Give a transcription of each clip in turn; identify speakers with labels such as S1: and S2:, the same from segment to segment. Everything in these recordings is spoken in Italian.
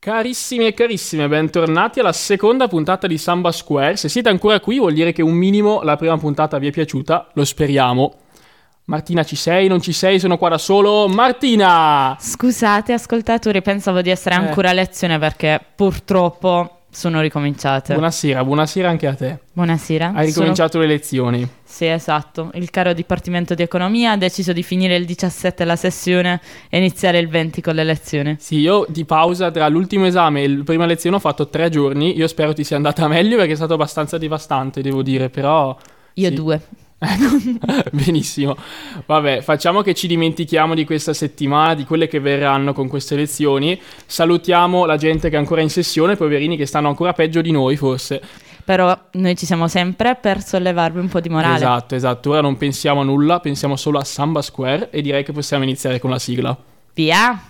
S1: Carissimi e carissime, bentornati alla seconda puntata di Samba Square. Se siete ancora qui vuol dire che un minimo la prima puntata vi è piaciuta, lo speriamo. Martina ci sei, non ci sei, sono qua da solo. Martina!
S2: Scusate ascoltatori, pensavo di essere
S1: Eh.
S2: ancora a lezione perché purtroppo sono ricominciate.
S1: Buonasera, buonasera anche a te.
S2: Buonasera.
S1: Hai
S2: Sono-
S1: ricominciato le lezioni.
S2: Sì, esatto. Il caro Dipartimento di Economia ha deciso di finire il 17 la sessione e iniziare il 20 con le lezioni.
S1: Sì, io di pausa tra l'ultimo esame e la prima lezione ho fatto tre giorni. Io spero ti sia andata meglio perché è stato abbastanza devastante, devo dire, però...
S2: Io
S1: Sì.
S2: due.
S1: Benissimo. Vabbè, facciamo che ci dimentichiamo di questa settimana, di quelle che verranno con queste lezioni. Salutiamo la gente che è ancora in sessione, i poverini che stanno ancora peggio di noi, forse.
S2: Però noi ci siamo sempre per sollevarvi un po' di morale.
S1: Esatto, esatto. Ora non pensiamo a nulla, pensiamo solo a Samba Square e direi che possiamo iniziare con la sigla.
S2: Via!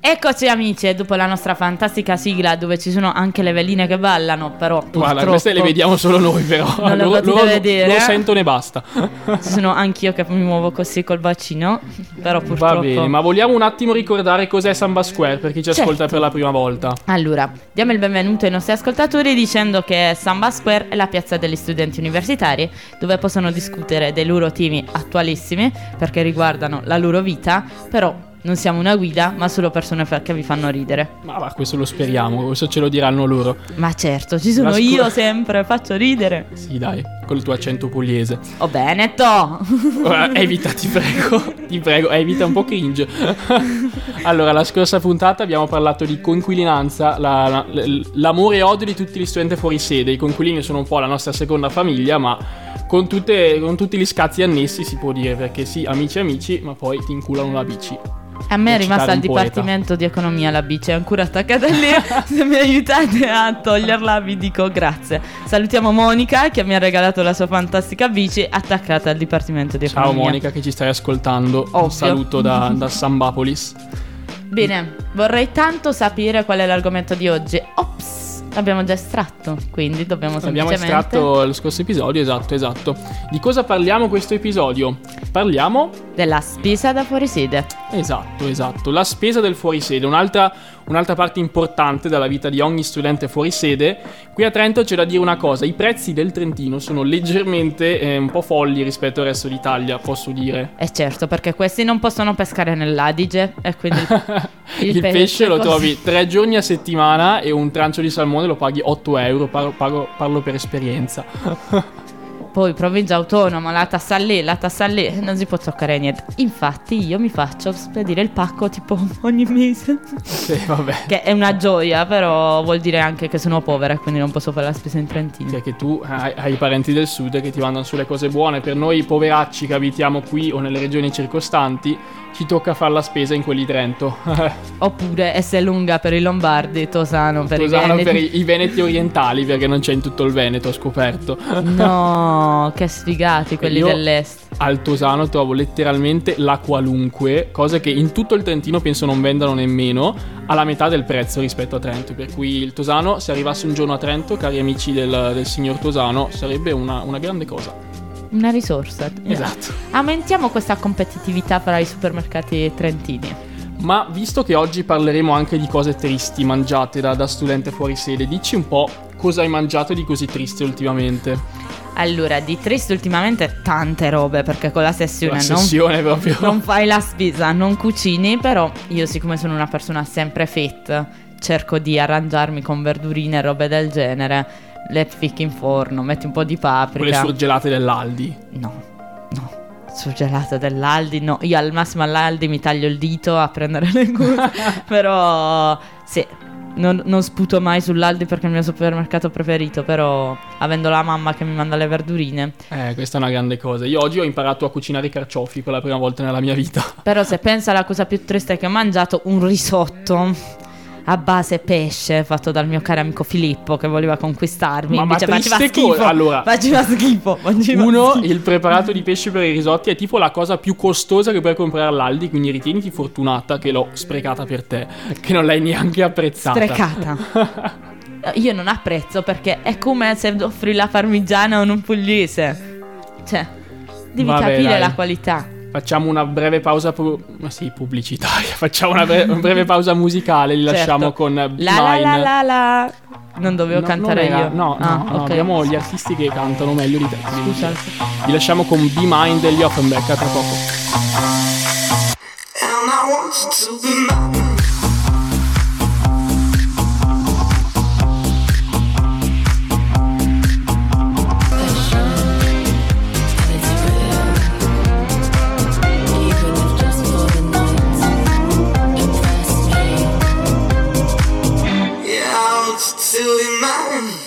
S2: Eccoci amici, e dopo la nostra fantastica sigla dove ci sono anche le veline che ballano, però
S1: Guarda,
S2: purtroppo
S1: queste le vediamo solo noi, però.
S2: Non le potete vedere,
S1: lo
S2: eh?
S1: sento ne basta.
S2: ci sono anch'io che mi muovo così col bacino, però purtroppo...
S1: Va bene, ma vogliamo un attimo ricordare cos'è Samba Square per chi ci
S2: Certo.
S1: ascolta per la prima volta.
S2: Allora, diamo il benvenuto ai nostri ascoltatori dicendo che Samba Square è la piazza degli studenti universitari dove possono discutere dei loro temi attualissimi perché riguardano la loro vita, però non siamo una guida ma solo persone fa- che vi fanno ridere.
S1: Ma va, questo lo speriamo, questo ce lo diranno loro.
S2: Ma certo, ci sono
S1: Ma scu-
S2: io sempre, faccio ridere.
S1: Sì, dai, con il tuo accento pugliese.
S2: O Veneto!
S1: Ora, evita, ti prego, ti prego, evita un po' cringe. allora, la scorsa puntata abbiamo parlato di coinquilinanza, la- la- l- l'amore e odio di tutti gli studenti fuori sede. I coinquilini sono un po' la nostra seconda famiglia, ma con, tutte- con tutti gli scazzi annessi si può dire, perché sì, amici amici, ma poi ti inculano la bici.
S2: A me è
S1: Recitare
S2: rimasta al
S1: un poeta.
S2: Dipartimento di Economia la bici, è ancora attaccata lì. Se mi aiutate a toglierla vi dico grazie. Salutiamo Monica che mi ha regalato la sua fantastica bici attaccata al Dipartimento di
S1: Ciao
S2: Economia.
S1: Monica che ci stai ascoltando,
S2: Ovvio.
S1: un saluto da, da Sambapolis.
S2: Bene, vorrei tanto sapere qual è l'argomento di oggi. Ops, l'abbiamo già estratto, quindi dobbiamo
S1: Abbiamo
S2: semplicemente...
S1: estratto lo scorso episodio, esatto, esatto. Di cosa parliamo questo episodio? Parliamo
S2: Della spesa da fuorisede.
S1: Esatto, esatto. La spesa del fuorisede, un'altra, un'altra parte importante della vita di ogni studente fuorisede. Qui a Trento c'è da dire una cosa, i prezzi del Trentino sono leggermente eh, un po' folli rispetto al resto d'Italia, posso dire.
S2: E certo, perché questi non possono pescare nell'Adige e quindi...
S1: Il, pesce, lo trovi tre giorni a settimana e un trancio di salmone lo paghi 8 euro, parlo, pago- parlo per esperienza.
S2: Poi provincia autonoma, la tassa lì, la tassa lì, non si può toccare niente. Infatti io mi faccio spedire il pacco tipo ogni mese.
S1: sì, Eh, vabbè.
S2: Che è una gioia, però vuol dire anche che sono povera e quindi non posso fare la spesa in Trentino.
S1: Cioè che tu hai, hai i parenti del sud che ti mandano sulle cose buone. Per noi poveracci che abitiamo qui o nelle regioni circostanti, ci tocca fare la spesa in quelli di Trento.
S2: Oppure essere lunga per i Lombardi, Tosano per
S1: Tosano
S2: i
S1: per
S2: Veneti.
S1: i, i veneti orientali, perché non c'è in tutto il Veneto, ho scoperto.
S2: No, che sfigati quelli
S1: Io-
S2: dell'est.
S1: Al Tosano trovo letteralmente la qualunque, cosa che in tutto il Trentino penso non vendano nemmeno, alla metà del prezzo rispetto a Trento. Per cui il Tosano, se arrivasse un giorno a Trento, cari amici del, del signor Tosano, sarebbe una, una grande cosa.
S2: Una risorsa.
S1: Esatto.
S2: Aumentiamo questa competitività fra i supermercati trentini.
S1: Ma visto che oggi parleremo anche di cose tristi mangiate da, da studente fuori sede, dici un po' cosa hai mangiato di così triste ultimamente?
S2: Allora, di triste ultimamente tante robe, perché con la sessione
S1: La
S2: non
S1: sessione proprio.
S2: Non fai la spesa, non cucini, però io siccome sono una persona sempre fit, cerco di arrangiarmi con verdurine e robe del genere. Le fichi in forno, metti un po' di
S1: Quelle
S2: paprika.
S1: surgelate dell'Aldi.
S2: No, no. Surgelata dell'Aldi, no. Io al massimo all'Aldi mi taglio il dito a prendere le cose, però sì. Non, non sputo mai sull'Aldi perché è il mio supermercato preferito, però avendo la mamma che mi manda le verdurine.
S1: Eh, questa è una grande cosa. Io oggi ho imparato a cucinare i carciofi per la prima volta nella mia vita.
S2: Però se pensa alla cosa più triste che ho mangiato, un risotto. a base pesce fatto dal mio caro amico Filippo che voleva conquistarmi.
S1: Ma- ma
S2: Invece faceva
S1: triste
S2: schifo.
S1: co- allora.
S2: faceva schifo. faceva
S1: Uno,
S2: schifo.
S1: il preparato di pesce per i risotti è tipo la cosa più costosa che puoi comprare all'Aldi, quindi ritieniti fortunata che l'ho sprecata per te, che non l'hai neanche apprezzata.
S2: Strecata. Io non apprezzo perché è come se offri la parmigiana o un pugliese. Cioè, devi
S1: Vabbè,
S2: capire
S1: dai.
S2: la qualità.
S1: Facciamo una breve pausa, pu- ma sì, pubblicitaria. Facciamo una, bre- una breve pausa musicale, li lasciamo
S2: Certo.
S1: con eh,
S2: La la
S1: Mine.
S2: la la la. Non dovevo
S1: No,
S2: cantare
S1: non era-
S2: io.
S1: No, no,
S2: Ah,
S1: no,
S2: ok.
S1: abbiamo gli artisti che cantano meglio di te. quindi
S2: Scusa.
S1: Vi lasciamo con Be Mind degli Offenbeck, a tra poco.
S3: And I want you to be mine. Yeah, I want you to be mine.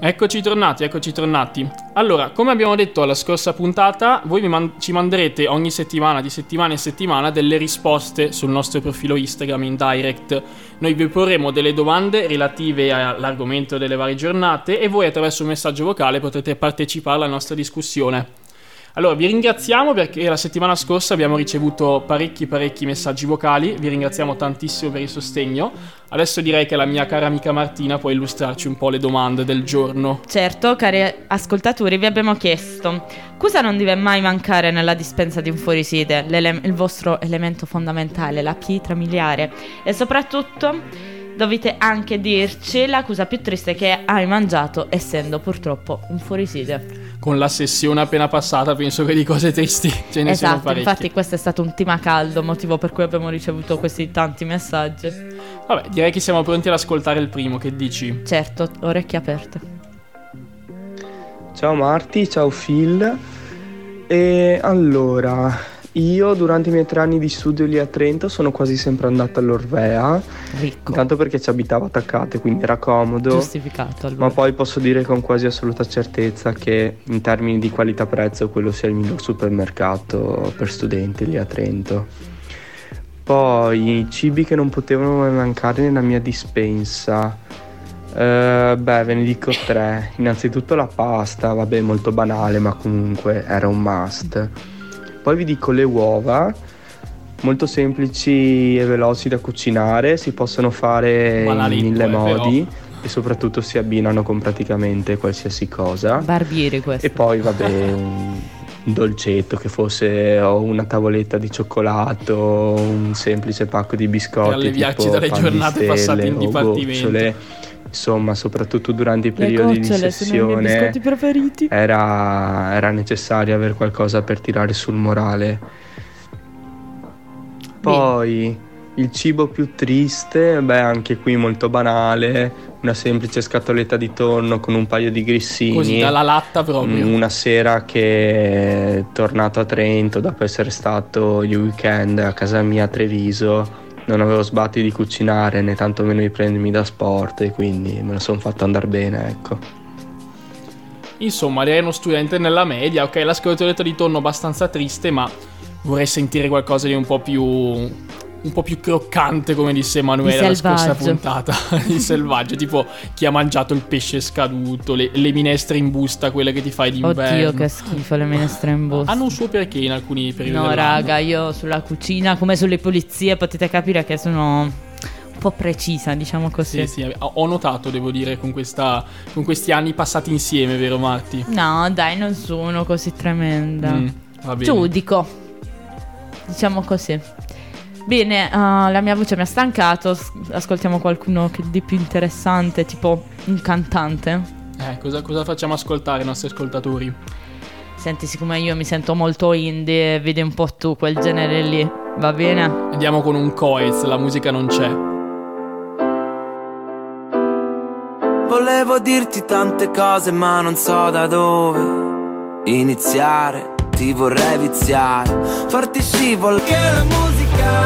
S1: Eccoci tornati, eccoci tornati. Allora, come abbiamo detto alla scorsa puntata, voi mi man- ci manderete ogni settimana, di settimana in settimana, delle risposte sul nostro profilo Instagram in direct. Noi vi porremo delle domande relative a- all'argomento delle varie giornate e voi attraverso un messaggio vocale potrete partecipare alla nostra discussione. Allora, vi ringraziamo perché la settimana scorsa abbiamo ricevuto parecchi parecchi messaggi vocali, vi ringraziamo tantissimo per il sostegno. Adesso direi che la mia cara amica Martina può illustrarci un po' le domande del giorno.
S2: Certo, cari ascoltatori, vi abbiamo chiesto cosa non deve mai mancare nella dispensa di un fuorisede, L'ele- il vostro elemento fondamentale, la pietra miliare e soprattutto dovete anche dirci la cosa più triste che hai mangiato essendo purtroppo un fuorisede.
S1: Con la sessione appena passata penso che di cose tristi ce ne siano
S2: Esatto,
S1: parecchie.
S2: infatti questo è stato un tema caldo, motivo per cui abbiamo ricevuto questi tanti messaggi.
S1: Vabbè, direi che siamo pronti ad ascoltare il primo, che dici?
S2: Certo, orecchie aperte.
S4: Ciao Marti, ciao Phil. E allora, io durante i miei tre anni di studio lì a Trento sono quasi sempre andata all'Orvea,
S2: Ricco.
S4: intanto perché ci abitavo attaccate, quindi era comodo.
S2: Giustificato allora.
S4: Ma poi posso dire con quasi assoluta certezza che in termini di qualità-prezzo quello sia il miglior supermercato per studenti lì a Trento. Poi i cibi che non potevano mai mancare nella mia dispensa. Eh, beh, ve ne dico tre. Innanzitutto la pasta, vabbè, molto banale, ma comunque era un must. Poi vi dico le uova, molto semplici e veloci da cucinare, si possono fare
S1: Banaletto,
S4: in mille
S1: eh, però.
S4: modi e soprattutto si abbinano con praticamente qualsiasi cosa.
S2: Barbieri questo.
S4: E poi, vabbè, un un dolcetto che fosse o una tavoletta di cioccolato, o un semplice pacco di biscotti.
S1: Per alleviarci
S4: tipo
S1: dalle
S4: pan
S1: giornate
S4: di stelle
S1: passate in
S4: o
S1: dipartimento.
S4: gocciole. Insomma, soprattutto durante i periodi di sessione
S2: preferiti.
S4: era, era necessario avere qualcosa per tirare sul morale. Poi il cibo più triste, beh, anche qui molto banale, una semplice scatoletta di tonno con un paio di grissini.
S1: Così, dalla latta proprio.
S4: Mm, Una sera che tornato a Trento dopo essere stato il weekend a casa mia a Treviso non avevo sbatti di cucinare né tantomeno di prendermi da sport e quindi me lo sono fatto andare bene, ecco.
S1: Insomma, lei è uno studente nella media, ok, la scatoletta di tonno abbastanza triste, ma vorrei sentire qualcosa di un po' più un po' più croccante, come disse Emanuele
S2: Di
S1: la scorsa
S2: selvaggio.
S1: puntata, di selvaggio, tipo chi ha mangiato il pesce scaduto, le, le minestre in busta, quelle che ti fai d'inverno.
S2: Oddio, che schifo le minestre in busta.
S1: Hanno un suo perché in alcuni periodi
S2: No,
S1: dell'anno.
S2: raga, io sulla cucina, come sulle pulizie, potete capire che sono un po' precisa, diciamo così.
S1: Sì, sì, ho ho notato, devo dire, con, questa, con questi anni passati insieme, vero Marti?
S2: No, dai, non sono così tremenda.
S1: Mm, va bene.
S2: Giudico. Diciamo così. Bene, eh, la mia voce mi ha stancato. s- Ascoltiamo qualcuno che di più interessante, tipo un cantante.
S1: Eh, cosa, cosa facciamo ascoltare i nostri ascoltatori?
S2: Senti, siccome io mi sento molto indie, vedi un po' tu quel genere lì, va bene?
S1: Andiamo con un coez, la musica non c'è.
S5: Volevo dirti tante cose ma non so da dove iniziare Ti vorrei viziare, farti scivolare Che la musica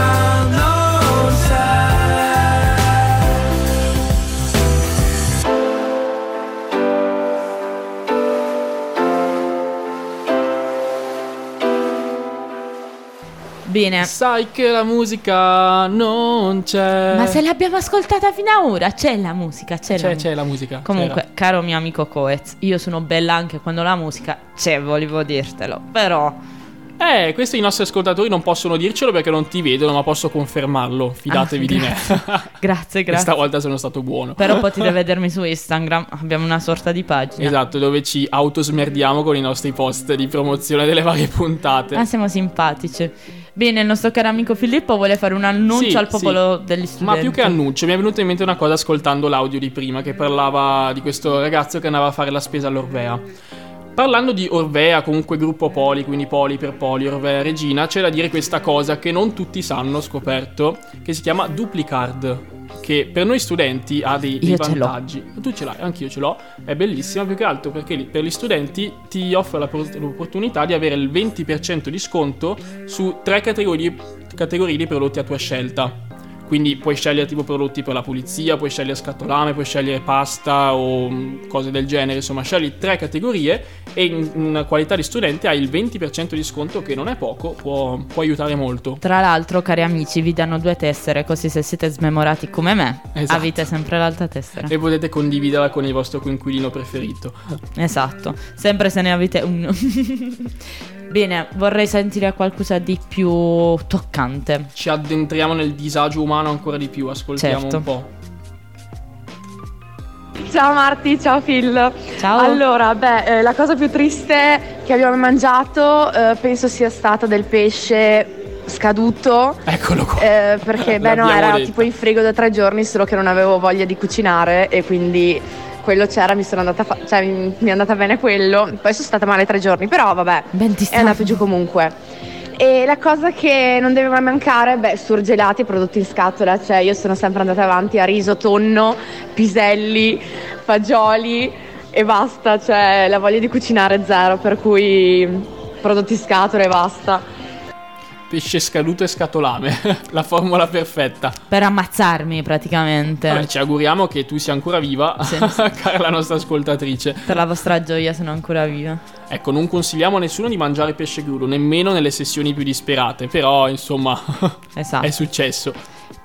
S5: non c'è
S2: Bene.
S1: Sai che la musica non c'è.
S2: Ma se l'abbiamo ascoltata fino a ora, c'è la musica, c'è, la
S1: Eh. c'è,
S2: musica.
S1: c'è la musica.
S2: Comunque,
S1: c'era.
S2: caro mio amico Coez, io sono bella anche quando la musica c'è, volevo dirtelo. Però,
S1: Eh, questo i nostri ascoltatori non possono dircelo perché non ti vedono, ma posso confermarlo. Fidatevi
S2: Ah,
S1: di me.
S2: grazie.
S1: Questa
S2: grazie, grazie.
S1: volta sono stato buono.
S2: Però potete vedermi su Instagram, abbiamo una sorta di pagina.
S1: Esatto, dove ci autosmerdiamo con i nostri post di promozione delle varie puntate.
S2: Ma Ah, siamo simpatici. Bene, il nostro caro amico Filippo vuole fare un annuncio
S1: Sì,
S2: al popolo
S1: sì.
S2: degli studenti.
S1: Ma più che annuncio, mi è venuta in mente una cosa ascoltando l'audio di prima che parlava di questo ragazzo che andava a fare la spesa all'Orvea. Parlando di Orvea, comunque gruppo Poli, quindi Poli per Poli, Orvea Regina, c'è da dire questa cosa che non tutti sanno, ho scoperto, che si chiama Duplicard, che per noi studenti ha dei, dei
S2: Io ce l'ho.
S1: vantaggi. Tu ce l'hai, anch'io ce l'ho, è bellissima più che altro perché li- per gli studenti ti offre la por- l'opportunità di avere il 20% di sconto su tre categorie, categorie di prodotti a tua scelta. Quindi puoi scegliere tipo prodotti per la pulizia, puoi scegliere scatolame, puoi scegliere pasta o mh, cose del genere, insomma scegli tre categorie e in, in qualità di studente hai il 20% di sconto che non è poco, può, può aiutare molto.
S2: Tra l'altro, cari amici, vi danno due tessere, così se siete smemorati come me,
S1: Esatto.
S2: avete sempre l'altra tessera.
S1: E potete condividerla con il vostro coinquilino preferito.
S2: Esatto, sempre se ne avete uno. Bene, vorrei sentire qualcosa di più toccante.
S1: Ci addentriamo nel disagio umano ancora di più, ascoltiamo
S2: Certo.
S1: un po'.
S6: Ciao Marti, ciao Phil.
S2: Ciao.
S6: Allora, beh, eh, la cosa più triste che abbiamo mangiato eh, penso sia stata del pesce scaduto.
S1: Eccolo qua.
S6: eh, perché beh no,
S1: L'abbiamo
S6: era
S1: detto.
S6: tipo in frigo da tre giorni, solo che non avevo voglia di cucinare e quindi quello c'era, mi sono andata, fa- cioè, mi mi è andata bene quello. Poi sono stata male tre giorni, però vabbè,
S2: Ben ti
S6: è andato giù comunque. E la cosa che non deve mai mancare, beh, surgelati, prodotti in scatola, cioè io sono sempre andata avanti a riso, tonno, piselli, fagioli e basta, cioè la voglia di cucinare è zero, per cui prodotti in scatola e basta.
S1: Pesce scaduto e scatolame, la formula perfetta.
S2: Per ammazzarmi praticamente.
S1: Vabbè, ci auguriamo che tu sia ancora viva,
S2: Certo. Sì.
S1: cara la nostra ascoltatrice.
S2: Per la vostra gioia sono ancora viva.
S1: Ecco, non consigliamo a nessuno di mangiare pesce crudo, nemmeno nelle sessioni più disperate, però insomma
S2: Esatto.
S1: è successo.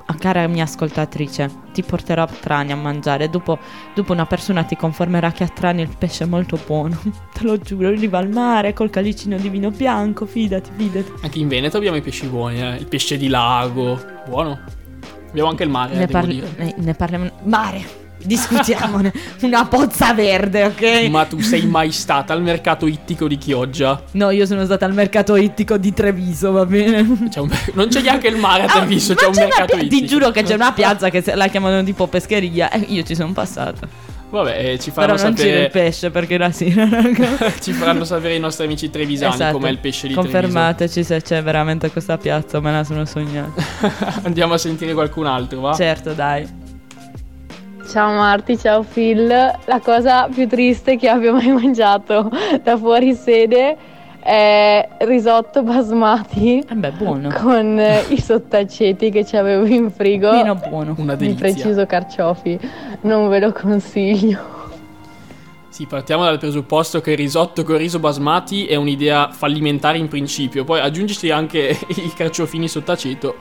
S2: Ah, cara mia ascoltatrice, ti porterò a Trani a mangiare. Dopo, dopo una persona ti confermerà che a Trani il pesce è molto buono. Te lo giuro, arriva al mare col calicino di vino bianco, fidati, fidati.
S1: Anche in Veneto abbiamo i pesci buoni, eh. il pesce di lago, buono. Abbiamo anche il mare, eh,
S2: ne,
S1: devo
S2: parli-
S1: dire.
S2: ne- ne parliamo. Mare, discutiamone. una pozza verde, ok?
S1: Ma tu sei mai stata al mercato ittico di Chioggia?
S2: No, io sono stata al mercato ittico di Treviso, va bene.
S1: C'è un- Non c'è neanche il mare a
S2: Ah,
S1: Treviso,
S2: ma
S1: c'è un
S2: una
S1: mercato
S2: pia-
S1: ittico.
S2: Ti giuro che c'è una piazza che se- la chiamano tipo pescheria. E io ci sono passata.
S1: Vabbè, eh, ci
S2: Però
S1: faranno
S2: non c'era il
S1: sapere...
S2: pesce perché la sera, raga.
S1: Ci faranno sapere i nostri amici trevisani
S2: Esatto.
S1: com'è il pesce di
S2: Confermateci se c'è veramente questa piazza, me la sono sognata.
S1: Treviso. Andiamo a sentire qualcun altro, va?
S2: certo, dai.
S7: Ciao Marti, ciao Phil. La cosa più triste che abbia mai mangiato da fuori sede è risotto basmati
S2: Eh beh, buono.
S7: con eh, i sottaceti che ci avevo in frigo.
S2: Meno buono.
S1: Una
S7: Di
S1: delizia.
S7: preciso carciofi, non ve lo consiglio.
S1: Sì, partiamo dal presupposto che il risotto con riso basmati è un'idea fallimentare in principio, poi aggiungici anche i carciofini sott'aceto.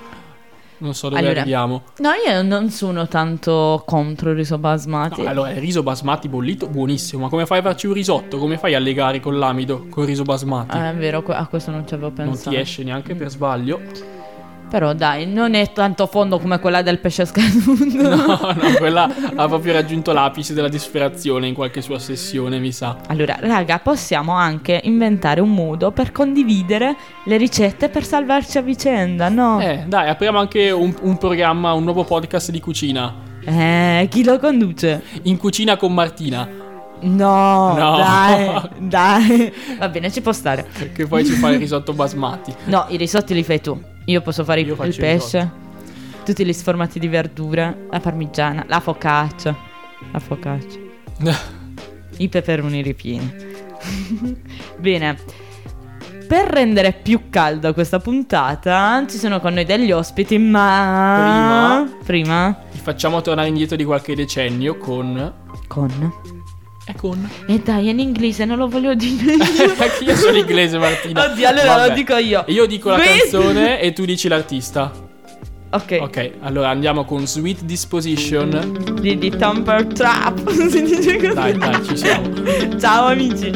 S1: Non so dove
S2: Allora,
S1: arriviamo.
S2: No, io non sono tanto contro il riso basmati.
S1: No, allora, il riso basmati bollito, buonissimo, ma come fai a farci un risotto? Come fai a legare con l'amido, col riso basmati?
S2: Ah, è vero, que- a questo non ci avevo
S1: non
S2: pensato.
S1: ti esce neanche per sbaglio.
S2: Però dai, non è tanto fondo come quella del pesce scaduto.
S1: No, no, quella ha proprio raggiunto l'apice della disperazione in qualche sua sessione, mi sa.
S2: Allora, raga, possiamo anche inventare un modo per condividere le ricette per salvarci a vicenda, no? Eh,
S1: Eh, dai, apriamo anche un, un programma, un nuovo podcast di cucina.
S2: Eh, chi lo conduce?
S1: In cucina con Martina.
S2: No,
S1: No.
S2: dai, dai. Va bene, ci può stare.
S1: Che poi ci fa il risotto basmati.
S2: No, i risotti li fai tu. Io posso fare
S1: Io
S2: il,
S1: faccio
S2: il
S1: i
S2: pesce, tutti gli sformati di verdura, la parmigiana, la focaccia, la focaccia, i peperoni ripieni. Bene. Per rendere più calda questa puntata ci sono con noi degli ospiti, ma... Prima?
S1: Li facciamo tornare indietro di qualche decennio con
S2: Con...
S1: È con.
S2: E dai, è in inglese, non lo voglio dire io.
S1: Anche io sono inglese, Martina.
S2: Oddio, allora
S1: Vabbè.
S2: lo dico io.
S1: Io dico la
S2: Sweet-
S1: canzone e tu dici l'artista.
S2: Ok,
S1: Ok, allora andiamo con Sweet Disposition.
S2: Di, di Thumper Trap. si dice così.
S1: Dai, dai, ci siamo.
S2: Ciao amici.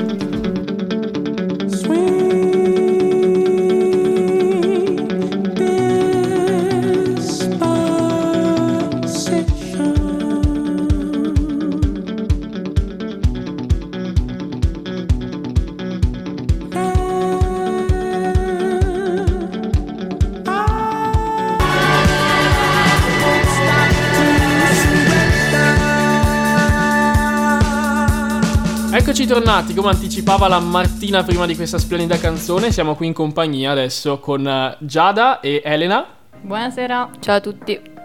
S1: Eccoci tornati, come anticipava la Martina prima di questa splendida canzone, siamo qui in compagnia adesso con eh, Giada e Elena.
S8: Buonasera, ciao a tutti.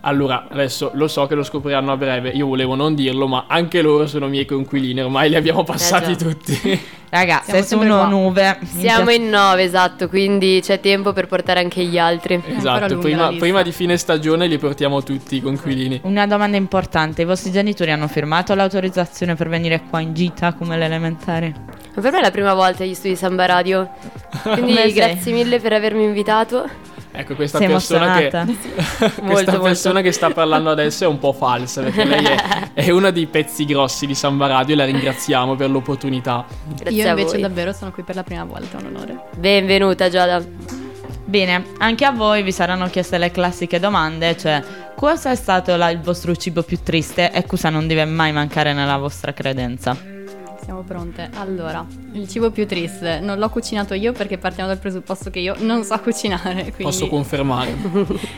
S1: Allora, adesso lo so che lo scopriranno a breve, io volevo non dirlo, ma anche loro sono miei coinquilini, ormai li abbiamo passati
S8: Eh già.
S1: tutti.
S2: Raga,
S8: Siamo
S2: se
S8: sempre
S2: sono
S8: qua.
S2: nuove.
S8: Siamo in nove, esatto, quindi c'è tempo per portare anche gli altri.
S1: esatto, prima, prima di fine stagione li portiamo tutti i coinquilini.
S2: Una domanda importante, i vostri genitori hanno firmato l'autorizzazione per venire qua in gita come l'elementare?
S8: Per me è la prima volta agli studi Samba Radio, quindi
S2: Come sei?
S8: grazie mille per avermi invitato.
S1: Ecco, questa
S2: Sei
S1: persona che,
S2: emozionata?
S1: questa
S8: Molto, molto.
S1: persona che sta parlando adesso è un po' falsa, perché lei è, è uno dei pezzi grossi di Samba Radio e la ringraziamo per l'opportunità.
S8: Grazie
S9: Io
S8: a
S9: invece
S8: voi.
S9: davvero sono qui per la prima volta, è un onore.
S8: Benvenuta Giada.
S2: Bene, anche a voi vi saranno chieste le classiche domande, cioè cosa è stato la- il vostro cibo più triste e cosa non deve mai mancare nella vostra credenza?
S9: Siamo pronte. Allora, il cibo più triste non l'ho cucinato io perché partiamo dal presupposto che io non so cucinare, quindi
S1: Posso confermare.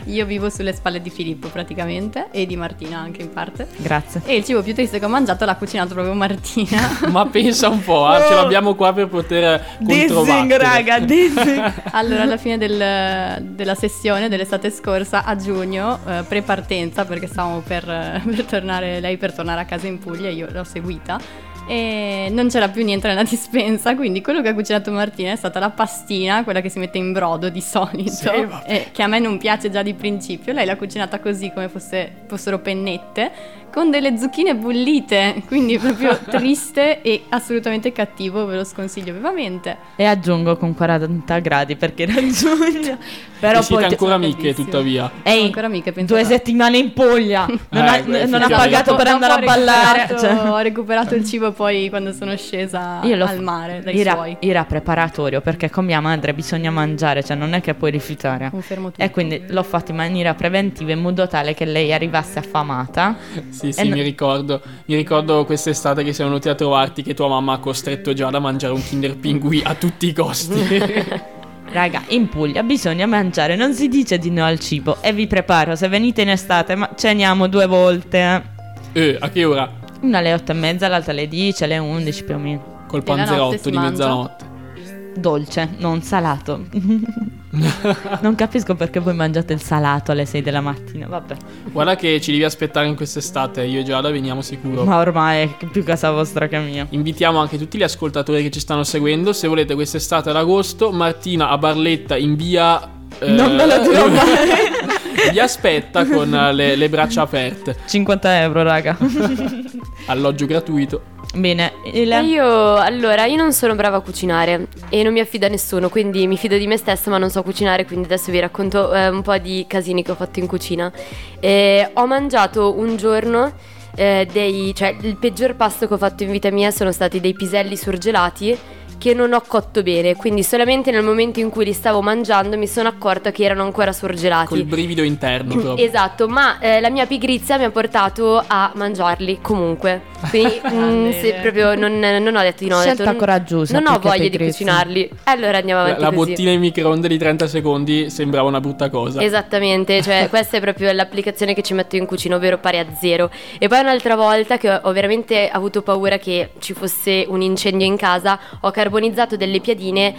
S9: io vivo sulle spalle di Filippo praticamente e di Martina anche in parte.
S2: Grazie.
S9: E il cibo più triste che ho mangiato l'ha cucinato proprio Martina.
S1: Ma pensa un po', ah, ce
S2: Oh.
S1: l'abbiamo qua per poter controbattere.
S2: dissing.
S9: Allora, alla fine del- della sessione dell'estate scorsa, a giugno, eh, pre-partenza, perché stavamo per, eh, per tornare, lei per tornare a casa in Puglia, io l'ho seguita. E non c'era più niente nella dispensa, quindi quello che ha cucinato Martina è stata la pastina, quella che si mette in brodo di solito,
S1: Sì, vabbè.
S9: eh, che a me non piace già di principio. Lei l'ha cucinata così come fosse- fossero pennette, con delle zucchine bollite, quindi proprio triste e assolutamente cattivo, ve lo sconsiglio vivamente.
S2: E aggiungo con 40 gradi perché raggiungo. Però
S1: E siete
S2: poi
S1: ancora amiche,
S9: bellissimo.
S1: tuttavia.
S9: Sono
S2: Ehi,
S9: ancora amiche, penso
S2: due
S9: da-
S2: settimane in Puglia. Non, ha,
S1: Eh, beh,
S2: non ha
S1: effettivamente.
S2: pagato per
S9: Dopo-
S2: andare a
S9: dopo Esatto. ho
S2: ballare.
S9: recuperato-
S2: Cioè,
S9: Ho recuperato il cibo poi quando sono scesa
S2: io l'ho
S9: al mare dai
S2: era,
S9: suoi.
S2: era preparatorio perché con mia madre bisogna mangiare, cioè non è che puoi rifiutare.
S9: Confermo tutto.
S2: E Eh, quindi l'ho fatto in maniera preventiva in modo tale che lei arrivasse affamata.
S1: Sì,
S2: Eh,
S1: sì,
S2: no.
S1: mi ricordo. Mi ricordo quest'estate che siamo venuti a trovarti che tua mamma ha costretto Giada a mangiare un Kinder Pinguì a tutti i costi.
S2: Raga, in Puglia bisogna mangiare, non si dice di no al cibo. E vi preparo, se venite in estate, ma ceniamo due volte.
S1: eh, a che ora?
S2: Una alle otto e mezza, l'altra alle 10, alle 11 più o meno.
S1: Col
S9: Nella notte
S1: panzerotto
S9: si
S1: di
S9: mangia.
S1: mezzanotte.
S2: Dolce, non salato. non capisco perché voi mangiate il salato alle 6 della mattina, vabbè.
S1: Guarda che ci devi aspettare in quest'estate, io e Giada veniamo sicuro.
S2: Ma ormai è più casa vostra che mia.
S1: Invitiamo anche tutti gli ascoltatori che ci stanno seguendo, se volete quest'estate ad agosto, Martina a Barletta in via... eh,
S2: Non me lo dirò mai.
S1: Vi aspetta con eh, le, le braccia aperte,
S2: 50 euro, raga.
S1: alloggio gratuito.
S2: Bene, il...
S8: E Io, allora, io non sono brava a cucinare e non mi affido a nessuno, quindi mi fido di me stessa ma non so cucinare, quindi adesso vi racconto eh, un po' di casini che ho fatto in cucina. Eh, ho mangiato un giorno eh, dei, cioè il peggior pasto che ho fatto in vita mia sono stati dei piselli surgelati che non ho cotto bene, quindi solamente nel momento in cui li stavo mangiando mi sono accorta che erano ancora surgelati.
S1: Col brivido interno proprio.
S8: Esatto, ma eh, la mia pigrizia mi ha portato a mangiarli comunque. Quindi
S1: Ah,
S8: mm, se proprio non, non ho detto di no. ho
S2: Scelta
S8: detto, non-
S2: coraggiosa,
S8: Non ho
S2: più che
S8: voglia di
S2: pigrizia.
S8: cucinarli. Allora andiamo
S1: La,
S8: avanti.
S1: la
S8: così.
S1: bottina in microonde di 30 secondi sembrava una brutta cosa.
S8: Esattamente, cioè questa è proprio l'applicazione che ci metto in cucina, ovvero pari a zero. E poi un'altra volta che ho veramente avuto paura che ci fosse un incendio in casa, ho carbonizzato delle piadine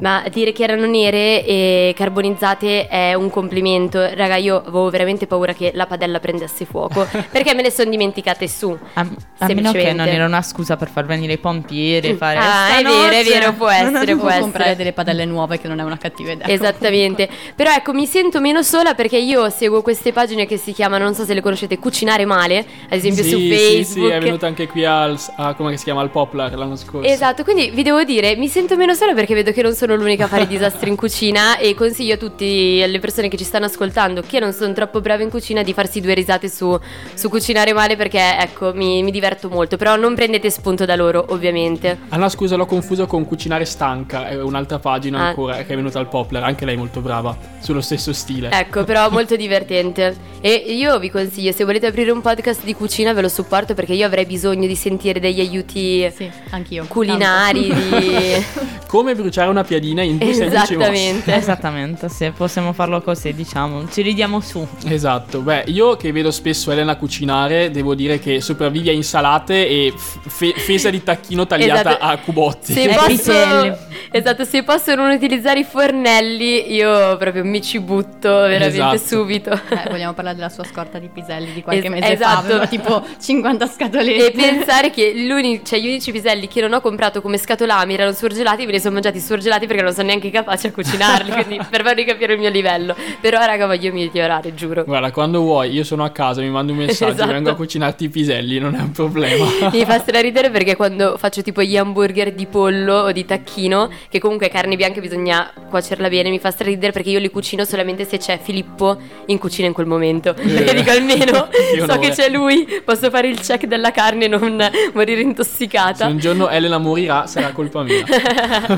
S8: Ma dire che erano nere e carbonizzate è un complimento. Raga, io avevo veramente paura che la padella prendesse fuoco perché me le sono dimenticate su.
S2: A, a meno che
S8: Semplicemente.
S2: non era una scusa per far venire i pompieri e fare.
S8: Ah, è vero, è
S2: "Stanotte
S8: vero, può essere,
S9: Devo
S8: può essere.
S9: comprare delle padelle nuove che non è una cattiva idea.
S8: Esattamente. Però ecco, mi sento meno sola perché io seguo queste pagine che si chiamano, non so se le conoscete, Cucinare Male, ad esempio
S1: sì,
S8: su
S1: sì, sì, è
S8: Facebook.
S1: venuta anche qui al, a, come si chiama, al Poplar l'anno scorso.
S8: Esatto, quindi vi devo dire, mi sento meno sola perché vedo che non sono l'unica a fare i disastri in cucina e consiglio a tutte le persone che ci stanno ascoltando che non sono troppo brave in cucina di farsi due risate su, su cucinare male perché ecco, mi, mi diverto molto, però non prendete spunto da loro ovviamente.
S1: Ah no, scusa, l'ho confuso con Cucinare Stanca, è un'altra pagina
S8: Ah.
S1: ancora eh, che è venuta al Poplar, anche lei molto brava, sullo stesso stile.
S8: Ecco, però molto divertente. E io vi consiglio, se volete aprire un podcast di cucina ve lo supporto perché io avrei bisogno di sentire degli aiuti
S9: Sì, anch'io.
S8: culinari, di...
S1: Come bruciare una piadina in due semplici mosse.
S8: esattamente.
S2: Esattamente, se possiamo farlo così, diciamo, ci ridiamo su.
S1: Esatto, beh, io che vedo spesso Elena cucinare, devo dire che sopravvive a insalate e f- fe- fesa di tacchino tagliata
S8: Esatto.
S1: a cubotti.
S8: Se
S2: E
S8: posso,
S2: piselli.
S8: esatto, se posso non utilizzare i fornelli, io proprio mi ci butto veramente
S1: Esatto.
S8: subito.
S9: Eh, vogliamo parlare della sua scorta di piselli di qualche
S8: Es-
S9: mese fa,
S8: esatto.
S9: aveva tipo 50 scatolette.
S8: E pensare che l'uni- cioè, gli unici piselli che non ho comprato come scatolami erano surgelati, me li sono mangiati surgelati perché non sono neanche capace a cucinarli, quindi per farvi capire il mio livello. Però raga voglio migliorare, giuro.
S1: Guarda, quando vuoi, io sono a casa, mi mando un messaggio,
S8: Esatto.
S1: vengo a cucinarti i piselli, non è un problema.
S8: Mi fa straridere perché quando faccio tipo gli hamburger di pollo o di tacchino, che comunque carne bianca bisogna cuocerla bene, mi fa straridere perché io li cucino solamente se c'è Filippo in cucina in quel momento. Perché dico almeno
S1: Che
S8: so
S1: onore.
S8: che c'è lui, posso fare il check della carne e non morire
S1: Se
S8: intossicata.
S1: un giorno Elena morirà, sarà colpa mia.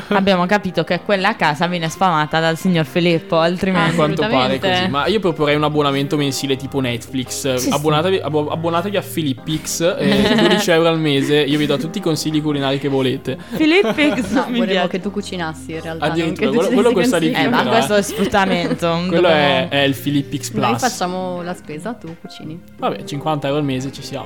S2: Abbiamo capito che quella casa viene sfamata dal signor Filippo,
S1: A
S2: altrimenti.
S1: Eh, quanto pare
S9: Assolutamente.
S1: così. Ma io proporrei un abbonamento mensile tipo Netflix.
S2: Sì, sì.
S1: abbonatevi, abbo- abbonatevi a Philippix, eh, 12 euro al mese. Io vi do tutti i consigli culinari che volete.
S2: Ah. Filippo
S9: No,
S2: mi
S9: volevo
S2: piace.
S9: che tu cucinassi in realtà.
S1: Addirittura,
S9: non che tu
S1: quello-
S9: ci
S1: quello
S9: dessi
S1: costa di più,
S9: consigli.
S2: Eh, ma
S1: però,
S2: questo è sfruttamento.
S1: Quello è,
S2: dobbiamo-
S1: è il Philippix Plus.
S9: Noi facciamo la spesa, tu cucini.
S1: Vabbè, 50 euro al mese ci siamo.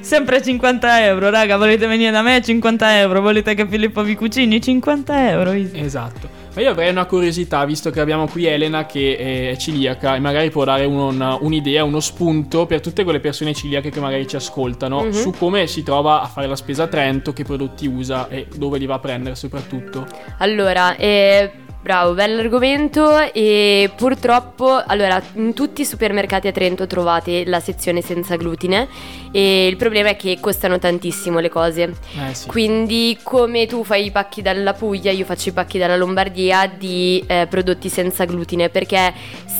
S2: Sempre 50 euro, raga. Volete venire da me? 50 euro. Volete che Filippo vi cucini? 50 euro.
S1: Esatto. Ma io avrei una curiosità, visto che abbiamo qui Elena che eh, è celiaca e magari può dare un- un- un'idea, uno spunto per tutte quelle persone celiache che magari ci ascoltano
S8: Mhm.
S1: su come si trova a fare la spesa a Trento, che prodotti usa e dove li va a prendere soprattutto.
S8: Allora, eh, bravo, bell'argomento e purtroppo, allora, in tutti i supermercati a Trento trovate la sezione senza glutine e il problema è che costano tantissimo le cose.
S1: Eh sì.
S8: Quindi come tu fai i pacchi dalla Puglia, io faccio i pacchi dalla Lombardia di eh, prodotti senza glutine, perché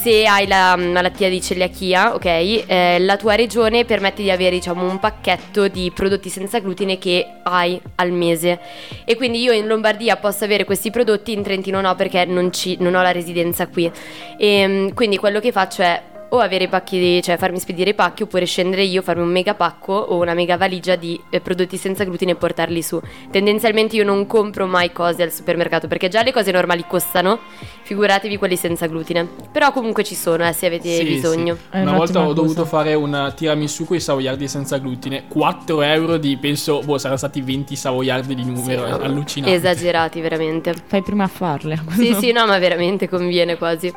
S8: se hai la mm, malattia di celiachia, ok, eh, la tua regione permette di avere diciamo un pacchetto di prodotti senza glutine che hai al mese. E quindi io in Lombardia posso avere questi prodotti, in Trentino no perché non, ci- non ho la residenza qui. E, mm, quindi quello che faccio è o avere i pacchi, di- cioè farmi spedire i pacchi oppure scendere io, farmi un mega pacco o una mega valigia di eh, prodotti senza glutine e portarli su. Tendenzialmente io non compro mai cose al supermercato perché già le cose normali costano, figuratevi quelli senza glutine. Però comunque ci sono, eh, se avete
S1: Sì,
S8: bisogno.
S1: sì.
S2: È
S1: Una
S2: un'ottima
S1: volta ho
S2: cosa.
S1: dovuto fare un tiramisù con i savoiardi senza glutine, 4 euro di penso, boh, saranno stati 20 savoiardi di numero, eh, è allucinante.
S8: Esagerati veramente.
S2: Fai prima a farle.
S8: Sì, sì, no, ma veramente conviene quasi.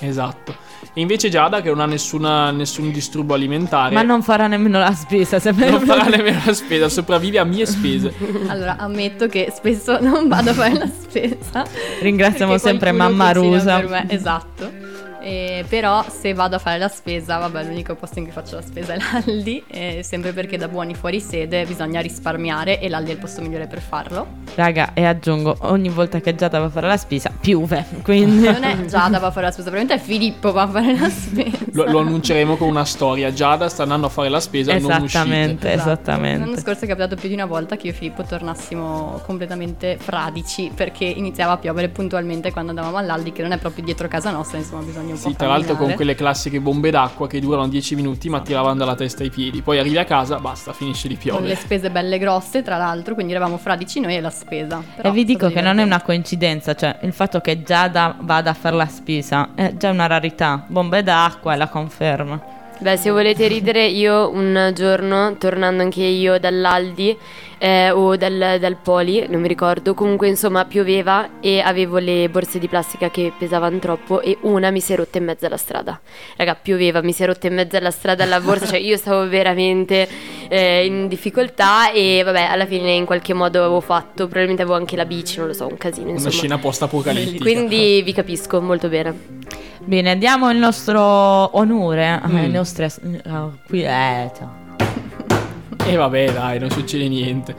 S1: Esatto. E invece Giada che non ha nessuna- nessun disturbo alimentare.
S2: Ma non farà nemmeno la spesa. Se me lo
S1: non farà nemmeno la spesa, sopravvive a mie spese.
S9: Allora, ammetto che spesso non vado a fare la spesa.
S2: Ringraziamo
S9: perché
S2: sempre
S9: qualcuno
S2: mamma
S9: cucina
S2: Rusa.
S9: per me, Esatto. Eh, però se vado a fare la spesa, vabbè, l'unico posto in cui faccio la spesa è l'Aldi, eh, sempre perché da buoni fuori sede bisogna risparmiare e l'Aldi è il posto migliore per farlo.
S2: Raga, e aggiungo, ogni volta che Giada va a fare la spesa, piove. Quindi...
S9: Non è Giada va a fare la spesa, probabilmente è Filippo va a fare la spesa.
S1: Lo, lo annunceremo con una storia. Giada sta andando a fare la spesa, non uscite.
S2: Esattamente,
S9: Esatto. L'anno
S2: esattamente.
S9: scorso è capitato più di una volta che io e Filippo tornassimo completamente fradici perché iniziava a piovere puntualmente quando andavamo all'Aldi, che non è proprio dietro casa nostra, insomma, bisogna un po'
S1: Sì, tra l'altro con
S9: camminare.
S1: quelle classiche bombe d'acqua che durano 10 minuti ma tiravano dalla testa ai piedi. Poi arrivi a casa, basta, finisce di
S9: Con le
S1: piovere.
S9: spese belle grosse, tra l'altro, quindi eravamo fradici noi e la spesa. Però
S2: E vi
S9: è stato
S2: dico che non è
S9: divertente.
S2: una coincidenza, cioè il fatto che Giada vada a fare la spesa è già una rarità. Bombe d'acqua è la conferma.
S8: Beh, se volete ridere, io un giorno, tornando anche io dall'Aldi eh, o dal, dal Poli, non mi ricordo, comunque insomma pioveva e avevo le borse di plastica che pesavano troppo e una mi si è rotta in mezzo alla strada. Raga, pioveva, mi si è rotta in mezzo alla strada la borsa, cioè io stavo veramente eh, in difficoltà e vabbè, alla fine in qualche modo avevo fatto, probabilmente avevo anche la bici, non lo so, un casino
S1: Una
S8: insomma.
S1: scena post-apocalittica.
S8: Quindi vi capisco molto bene.
S2: Bene, diamo il nostro onore ai
S1: Mm.
S2: nostri as- ah, qui- eh, ciao.
S1: E vabbè, dai, non succede niente.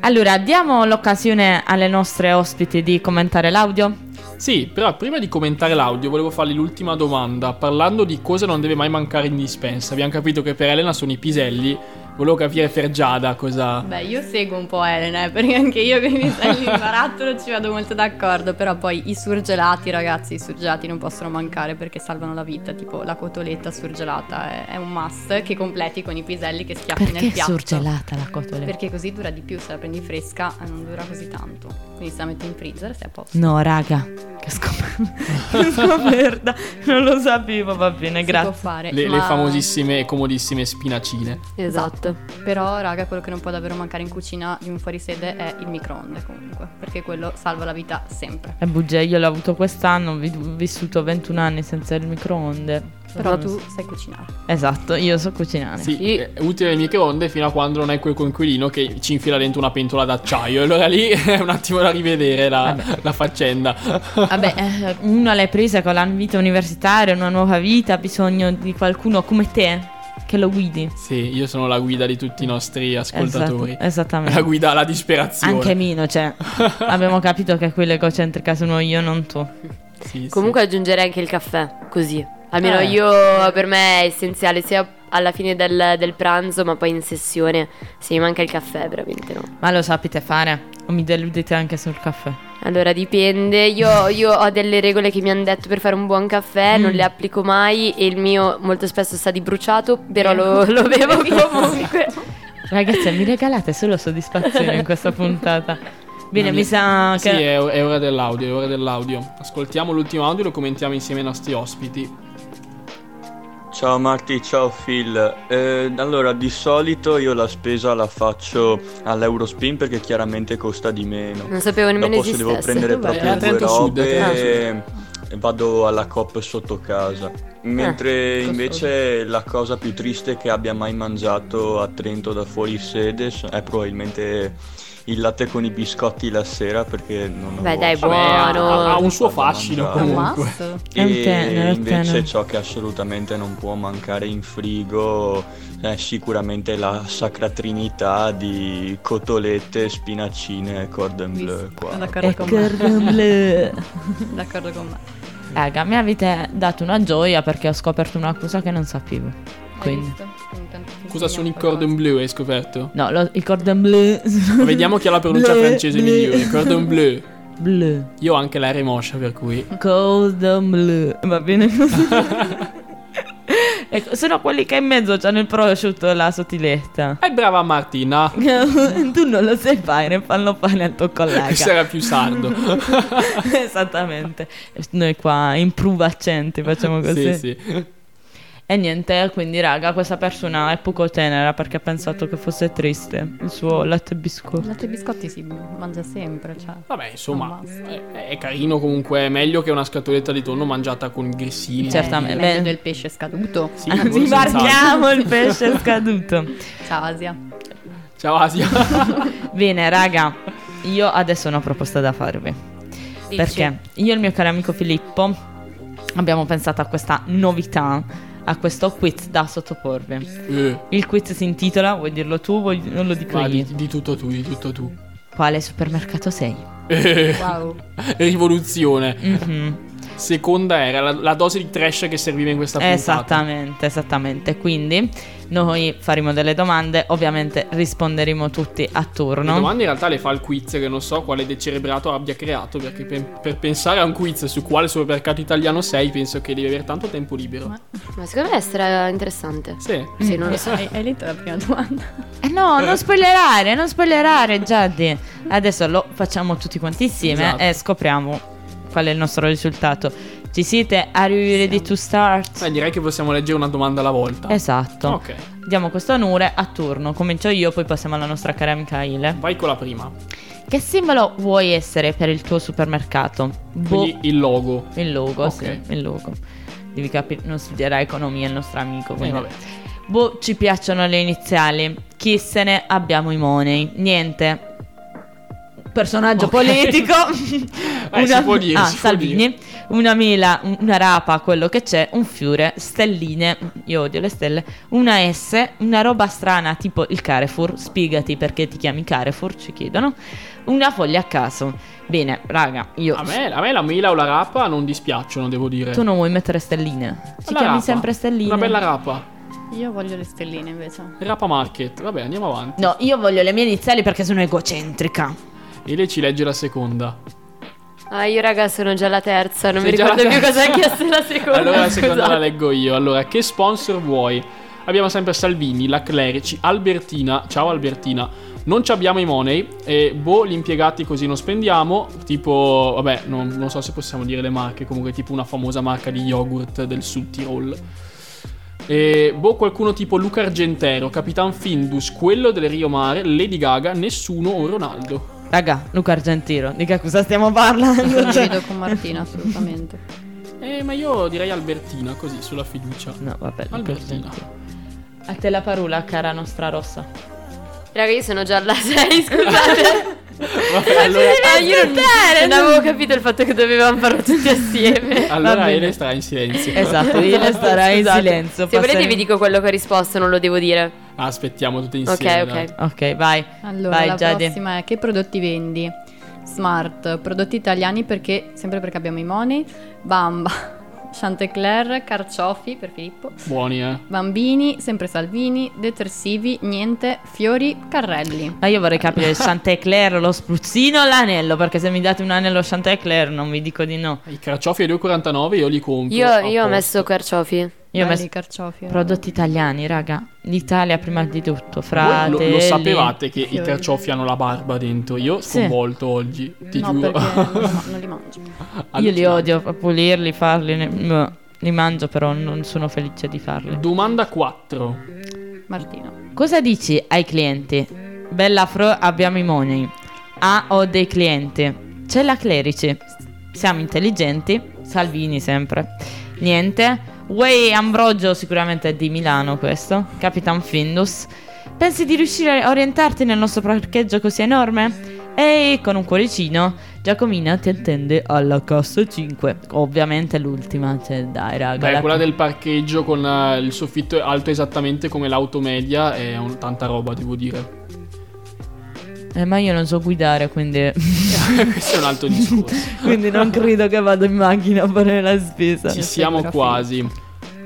S2: Allora, diamo l'occasione alle nostre ospiti di commentare l'audio.
S1: Sì, però prima di commentare l'audio volevo fargli l'ultima domanda, parlando di cosa non deve mai mancare in dispensa. Abbiamo capito che per Elena sono i piselli, volevo capire per Giada cosa...
S9: Beh, io seguo un po' Elena, eh, perché anche io con i piselli di barattolo ci vado molto d'accordo, però poi i surgelati, ragazzi, i surgelati non possono mancare perché salvano la vita, tipo la cotoletta surgelata è, è un must che completi con i piselli che schiaffi
S2: Perché
S9: nel
S2: è
S9: piatto.
S2: surgelata la cotoletta?
S9: Perché così dura di più, se la prendi fresca eh, non dura così tanto. Quindi se la metti in freezer sei a posto.
S2: No, raga, che scoperta. che scoperta. Non lo sapevo, va bene,
S9: Si
S2: grazie.
S9: può fare,
S1: Le, le
S9: Eh, ma-
S1: famosissime e comodissime spinacine.
S8: Esatto.
S9: Però, raga, quello che non può davvero mancare in cucina di un fuorisede è il microonde comunque, perché quello salva la vita sempre.
S2: E bugia, io l'ho avuto quest'anno, ho vi- vissuto 21 anni senza il microonde.
S9: Però
S2: Non
S9: tu
S2: so.
S9: sai cucinare.
S2: Esatto, io so cucinare.
S1: Sì,
S8: Sì.
S1: è utile nel microonde fino a quando non hai quel coinquilino che ci infila dentro una pentola d'acciaio. E allora lì è un attimo da rivedere la, la faccenda.
S2: Vabbè, eh, uno l'hai presa con la vita universitaria, una nuova vita, ha bisogno di qualcuno come te che lo guidi.
S1: Sì, io sono la guida di tutti i nostri ascoltatori.
S2: Esatto, esattamente.
S1: La guida alla disperazione.
S2: Anche Mino, cioè, abbiamo capito che quella egocentrica sono io, non tu.
S1: Sì, sì.
S8: Comunque aggiungerei anche il caffè, così. Almeno
S2: Eh.
S8: io, per me è essenziale, sia alla fine del, del pranzo, ma poi in sessione, se mi manca il caffè, veramente no.
S2: Ma lo sapete fare? O mi deludete anche sul caffè?
S8: Allora dipende, io, io ho delle regole che mi hanno detto per fare un buon caffè, non
S2: Mm.
S8: le applico mai e il mio molto spesso sa di bruciato, però lo, lo bevo comunque.
S2: Ragazzi, mi regalate solo soddisfazione in questa puntata. Bene,
S1: Non
S2: mi
S1: è-
S2: sa
S1: Sì, eh,
S2: che...
S1: è, è ora dell'audio, è ora dell'audio. Ascoltiamo l'ultimo audio e lo commentiamo insieme ai nostri ospiti.
S10: Ciao Marti, ciao Phil. Eh, allora, di solito io la spesa la faccio all'Eurospin perché chiaramente costa di meno.
S8: Non sapevo nemmeno
S10: Dopo se
S8: esistesse.
S10: devo prendere
S1: Dov'è?
S10: proprio
S1: A
S10: due
S1: Trento Sud,
S10: robe
S1: Trento
S10: eh, vado alla COP sotto casa. Mentre
S8: costoso.
S10: invece la cosa più triste che abbia mai mangiato a Trento da fuori sede s- è probabilmente il latte con i biscotti la sera perché non
S8: Beh,
S10: avevo
S8: dai,
S10: soldi.
S1: Cioè, ha,
S8: Buono.
S1: ha- ha un suo
S10: Vado a
S1: fascino
S10: mangiare.
S9: Un
S1: comunque.
S9: must.
S2: È un tenero, è
S10: E
S2: un tenero.
S10: invece ciò che assolutamente non può mancare in frigo è sicuramente la sacra trinità di cotolette, spinacine e cordon bleu
S9: Sono
S10: qua.
S9: d'accordo
S2: è
S9: con me.
S2: cordon bleu.
S9: D'accordo con me.
S2: Raga, mi avete dato una gioia perché ho scoperto una cosa che non sapevo. Quindi...
S1: Cosa sono i cordon bleu, hai scoperto?
S2: No, lo- il cordon bleu...
S1: Vediamo chi ha la pronuncia
S2: Bleu,
S1: francese
S2: bleu.
S1: migliore. Cordon bleu.
S2: Bleu.
S1: Io ho anche la remoscia, per cui.
S2: Cordon bleu. Va bene così. Ecco, sono quelli che in mezzo c'hanno il prosciutto e la sottiletta.
S1: È brava Martina.
S2: tu non lo sai fare, fallo fare al tuo
S1: Questo
S2: collega.
S1: era più sardo.
S2: Esattamente. Noi qua in pruva accenti facciamo così.
S1: sì, sì.
S2: E niente, quindi raga, questa persona è poco tenera perché ha pensato che fosse triste il suo latte e biscotto.
S9: Latte e biscotti si mangia sempre, cioè.
S1: Vabbè, insomma,
S9: Un must.
S1: è, è carino comunque. È meglio che una scatoletta di tonno mangiata con grissini.
S2: Certamente.
S9: È
S2: beh.
S9: Eh, meglio del pesce scaduto.
S1: Sì,
S2: Anzi,
S1: senz'altro.
S2: marchiamo il pesce scaduto.
S9: Ciao Asia.
S1: Ciao Asia.
S2: Bene, raga, io adesso ho una proposta da farvi.
S8: Dici.
S2: Perché io e il mio caro amico Filippo abbiamo pensato a questa novità, a questo quiz da sottoporvi.
S1: Eh,
S2: Il quiz si intitola, vuoi dirlo tu, vuoi non lo dico
S1: va,
S2: io?
S1: di, di tutto tu, di tutto tu.
S2: Quale supermercato sei?
S1: Eh,
S9: Wow.
S1: rivoluzione.
S2: Mhm.
S1: Seconda era la, la dose di trash che serviva in questa puntata.
S2: Esattamente, esattamente. Quindi noi faremo delle domande, ovviamente risponderemo tutti a
S1: Le
S2: turno.
S1: domande in realtà le fa il quiz che non so quale decerebrato abbia creato perché per, per pensare a un quiz su quale supermercato italiano sei penso che devi avere tanto tempo libero.
S9: Ma-
S8: Ma secondo me sarà interessante.
S1: Sì.
S2: Mm.
S8: Sì, non lo so.
S9: Hai, hai letto la prima domanda?
S2: Eh no, non spoilerare, non spoilerare, Giaddi. Adesso lo facciamo tutti quanti insieme
S1: Esatto.
S2: e scopriamo qual è il nostro risultato. Ci siete? Are you ready to start?
S1: Eh, direi che possiamo leggere una domanda alla volta.
S2: Esatto.
S1: Ok,
S2: Diamo questo a Nure a turno. Comincio io, poi passiamo alla nostra cara amica Ile.
S1: vai con la prima.
S2: Boh. Che simbolo vuoi essere per il tuo supermercato? Boh.
S1: Quindi il logo.
S2: Il logo,
S1: Ok.
S2: sì, il logo. Devi capire, non studierà economia il nostro amico.
S1: Eh,
S2: quindi-
S1: vabbè.
S2: Boh, ci piacciono le iniziali. Chi se ne abbiamo i money. Niente. Personaggio
S1: Ok.
S2: politico.
S1: Eh, si può dire,
S2: ah,
S1: si può
S2: Salvini. Una mela, un- una rapa, quello che c'è, un fiore, stelline, io odio le stelle, una S, una roba strana tipo il Carrefour, spiegati perché ti chiami Carrefour, ci chiedono, una foglia a caso. Bene, raga, io...
S1: A me, a me la mela o la rapa non dispiacciono, devo dire.
S2: Tu non vuoi mettere stelline. Ci
S1: La
S2: chiami
S1: rapa.
S2: sempre stelline.
S1: Una bella rapa.
S9: Io voglio le stelline invece.
S1: Rapa Market. Vabbè, andiamo avanti.
S2: No, io voglio le mie iniziali perché sono egocentrica.
S1: E lei ci legge la seconda.
S8: Ah, io raga sono già alla terza, non
S1: Sei
S8: mi
S1: già
S8: ricordo
S1: alla
S8: più cosa
S1: terza.
S8: hai chiesto la seconda.
S1: Allora la seconda
S8: scusate.
S1: la leggo io. Allora, che sponsor vuoi? Abbiamo sempre Salvini, la Clerici, Albertina. Ciao Albertina. Non ci abbiamo i money. E boh, gli impiegati così non spendiamo. Tipo, vabbè, non, non so se possiamo dire le marche. Comunque, tipo una famosa marca di yogurt del Sud Tirol. E boh, qualcuno tipo Luca Argentero, Capitan Findus, quello del Rio Mare, Lady Gaga, nessuno o Ronaldo.
S2: Raga, Luca Argentino, di che cosa stiamo parlando?
S9: Non
S2: Cioè-
S9: vedo con Martina assolutamente.
S1: Eh, ma io direi Albertina, così, sulla fiducia.
S2: No, vabbè. Luca
S1: Albertina.
S2: Argentino. A te la parola, cara nostra rossa.
S8: Raga, io sono già alla 6, scusate.
S1: Vabbè, allora,
S8: Ah, io non, non avevo capito il fatto che dovevamo farlo tutti assieme.
S1: allora
S2: Va bene.
S1: Ele starà in silenzio.
S2: Esatto, io starai in
S8: Scusate.
S2: silenzio.
S8: Se volete
S2: passeremo-
S8: vi dico quello che ho risposto, non lo devo dire.
S1: Ah, Aspettiamo tutti
S8: Ok,
S1: insieme.
S8: ok.
S1: dai.
S2: Ok, vai.
S9: Allora,
S2: vai,
S9: la
S2: Giade.
S9: prossima è che prodotti vendi? Smart, prodotti italiani perché, sempre perché abbiamo i money, bamba, Chantecler, carciofi per Filippo,
S1: Buoni, eh.
S9: bambini, sempre Salvini, detersivi, niente, fiori, carrelli.
S2: Ma io vorrei capire il Chantecler, lo spruzzino o l'anello? Perché se mi date un anello Chantecler non vi dico di no.
S1: I carciofi a 2,49 io li compro.
S8: Io,
S1: a
S8: io ho
S1: posto.
S8: messo carciofi.
S2: Io ho
S9: Belli
S2: messo
S9: i carciofi. eh.
S2: prodotti italiani, raga. L'Italia prima di tutto,
S1: Voi
S2: fratelli.
S1: lo, lo sapevate che i
S9: Fiori.
S1: carciofi hanno la barba dentro? Io
S2: Sì.
S1: sconvolto oggi, ti
S9: no,
S1: giuro.
S9: perché non li, ma- non li mangio.
S2: Io li
S1: Allucinante.
S2: odio, fa- pulirli, farli, ne- no, li mangio però non sono felice di farli.
S1: Domanda 4.
S9: Martina.
S2: Cosa dici ai clienti? Bella Fro, abbiamo i money. Ah, ho dei clienti. C'è la Clerici. Siamo intelligenti. Salvini sempre. Niente. Way Ambrogio sicuramente è di Milano questo. Capitan Findus. Pensi di riuscire a orientarti nel nostro parcheggio così enorme? Ehi, con un cuoricino, Giacomina ti attende alla cassa 5. Ovviamente l'ultima, cioè dai raga.
S1: Beh,
S2: la-
S1: quella del parcheggio con eh, il soffitto alto esattamente come l'auto media è un- tanta roba, devo dire.
S2: Eh, ma io non so guidare, quindi
S1: Questo è un altro discorso.
S2: Quindi non credo che vado in macchina a fare la spesa.
S1: Ci siamo
S9: sembra
S1: quasi.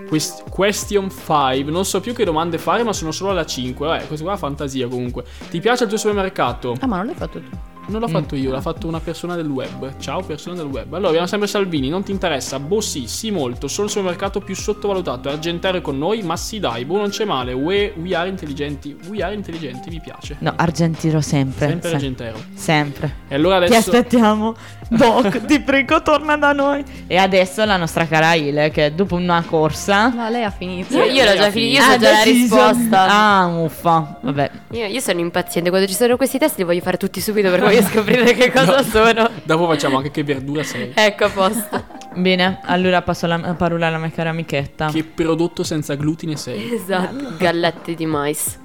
S1: Quest- question 5. Non so più che domande fare, ma sono solo alla 5. Vabbè, questa qua è fantasia comunque. Ti piace il tuo supermercato?
S9: Ah, ma non l'hai fatto tu.
S1: Non l'ho fatto io, l'ha fatto una persona del web. Ciao, persona del web. Allora, abbiamo sempre Salvini, non ti interessa? Boh, sì, sì, molto. Sono il supermercato più sottovalutato. Argentero è con noi, ma sì, dai, boh, non c'è male. We, we are intelligenti. We are intelligenti, mi piace.
S2: No, Argentino sempre.
S1: Sempre
S2: se-
S1: Argentero.
S2: sempre.
S1: E allora
S2: Ti
S1: adesso.
S2: aspettiamo. Doc, ti prego, torna da noi. E adesso la nostra cara Ile, che dopo una corsa.
S9: No, lei ha finito.
S8: Io, io l'ho già finito, io so
S2: ha
S8: già la
S2: Ah, deciso-
S8: risposta.
S2: Ah, muffa. Vabbè.
S8: Io, io sono impaziente, quando ci sono questi test li voglio fare tutti subito perché voglio scoprire che cosa sono.
S1: Dopo facciamo anche che verdura sei.
S8: Ecco, a posto.
S2: Bene, allora passo la la parola alla mia cara amichetta.
S1: Che prodotto senza glutine sei.
S8: Esatto, gallette di mais.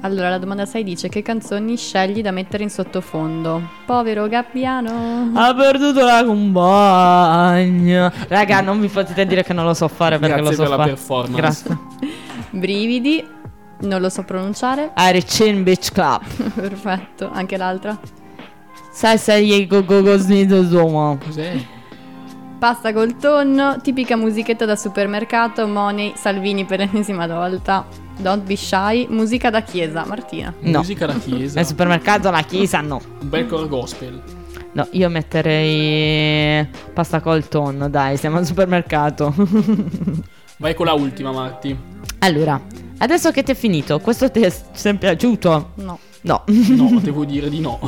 S9: Allora, la domanda 6 dice che canzoni scegli da mettere in sottofondo? Povero Gabbiano.
S2: Ha perduto la compagna. Raga, non mi potete dire che non lo so fare perché
S1: Grazie
S2: lo so
S1: per la
S2: fare.
S1: performance.
S2: Grazie.
S9: Brividi, non lo so pronunciare.
S2: Arcin Beach Club.
S9: Perfetto, anche l'altra.
S2: Sai se gli gogogosnito zoma.
S1: Cos'è?
S9: Pasta col tonno, tipica musichetta da supermercato, Money, Salvini per l'ennesima volta. Don't be shy, musica da chiesa, Martina.
S2: No.
S1: Musica da chiesa.
S2: Nel supermercato la chiesa no.
S1: Un bel core gospel.
S2: No, io metterei pasta col tonno, dai, siamo al supermercato.
S1: Vai con la ultima, Marti.
S2: allora, adesso che ti è finito, questo test ti è piaciuto?
S9: No.
S2: No.
S1: No, devo dire di no.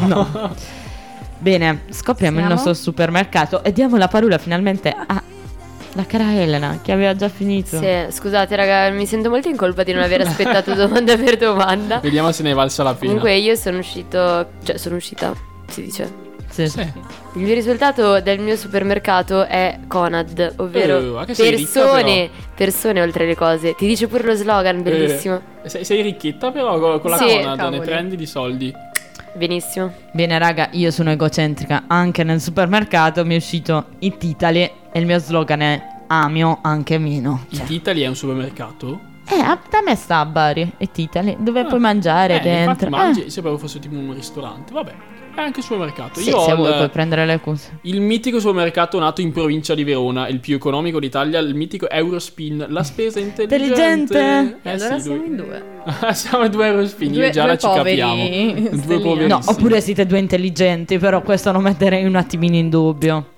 S2: Bene, scopriamo il
S9: Siamo?
S2: nostro supermercato e diamo la parola finalmente a La cara Elena, che aveva già finito.
S8: Sì, scusate raga, mi sento molto in colpa di non aver aspettato domanda per domanda.
S1: Vediamo se ne è valsa la pena.
S8: Comunque io sono uscito, cioè sono uscita, si dice.
S2: Sì.
S1: Eh,
S8: Il mio risultato del mio supermercato è Conad, ovvero
S1: Eh, anche se è ricca,
S8: persone, persone oltre le cose. Ti dice pure lo slogan, bellissimo.
S1: Eh, sei, sei ricchetta però co- con la
S8: Sì,
S1: Conad,
S8: cavoli.
S1: ne prendi di soldi.
S8: Benissimo.
S2: Bene, raga, io sono egocentrica. Anche nel supermercato mi è uscito It Italy e il mio slogan è Amio anche meno. Cioè,
S1: It Italy è un supermercato?
S2: Eh, a- da me sta a Bari It Italy, dove puoi mangiare
S1: eh,
S2: dentro.
S1: Infatti mangi, sembrava fosse tipo un ristorante, vabbè. È anche un supermercato.
S2: Eh, sì,
S1: io
S2: se
S1: ho
S2: vuoi
S1: il-
S2: puoi prendere le cose.
S1: Il mitico supermercato nato in provincia di Verona, il più economico d'Italia, il mitico Eurospin, la spesa intelligente.
S2: Intelligente.
S1: Eh
S9: allora
S1: sì,
S9: siamo
S1: lui-
S9: in due.
S1: siamo i due Eurospin, io
S9: Due-
S1: e Giada
S9: due
S1: ci
S9: poveri
S1: capiamo. Due
S9: stellini.
S1: poveri.
S2: No, oppure siete due intelligenti, però questo lo metterei un attimino in dubbio.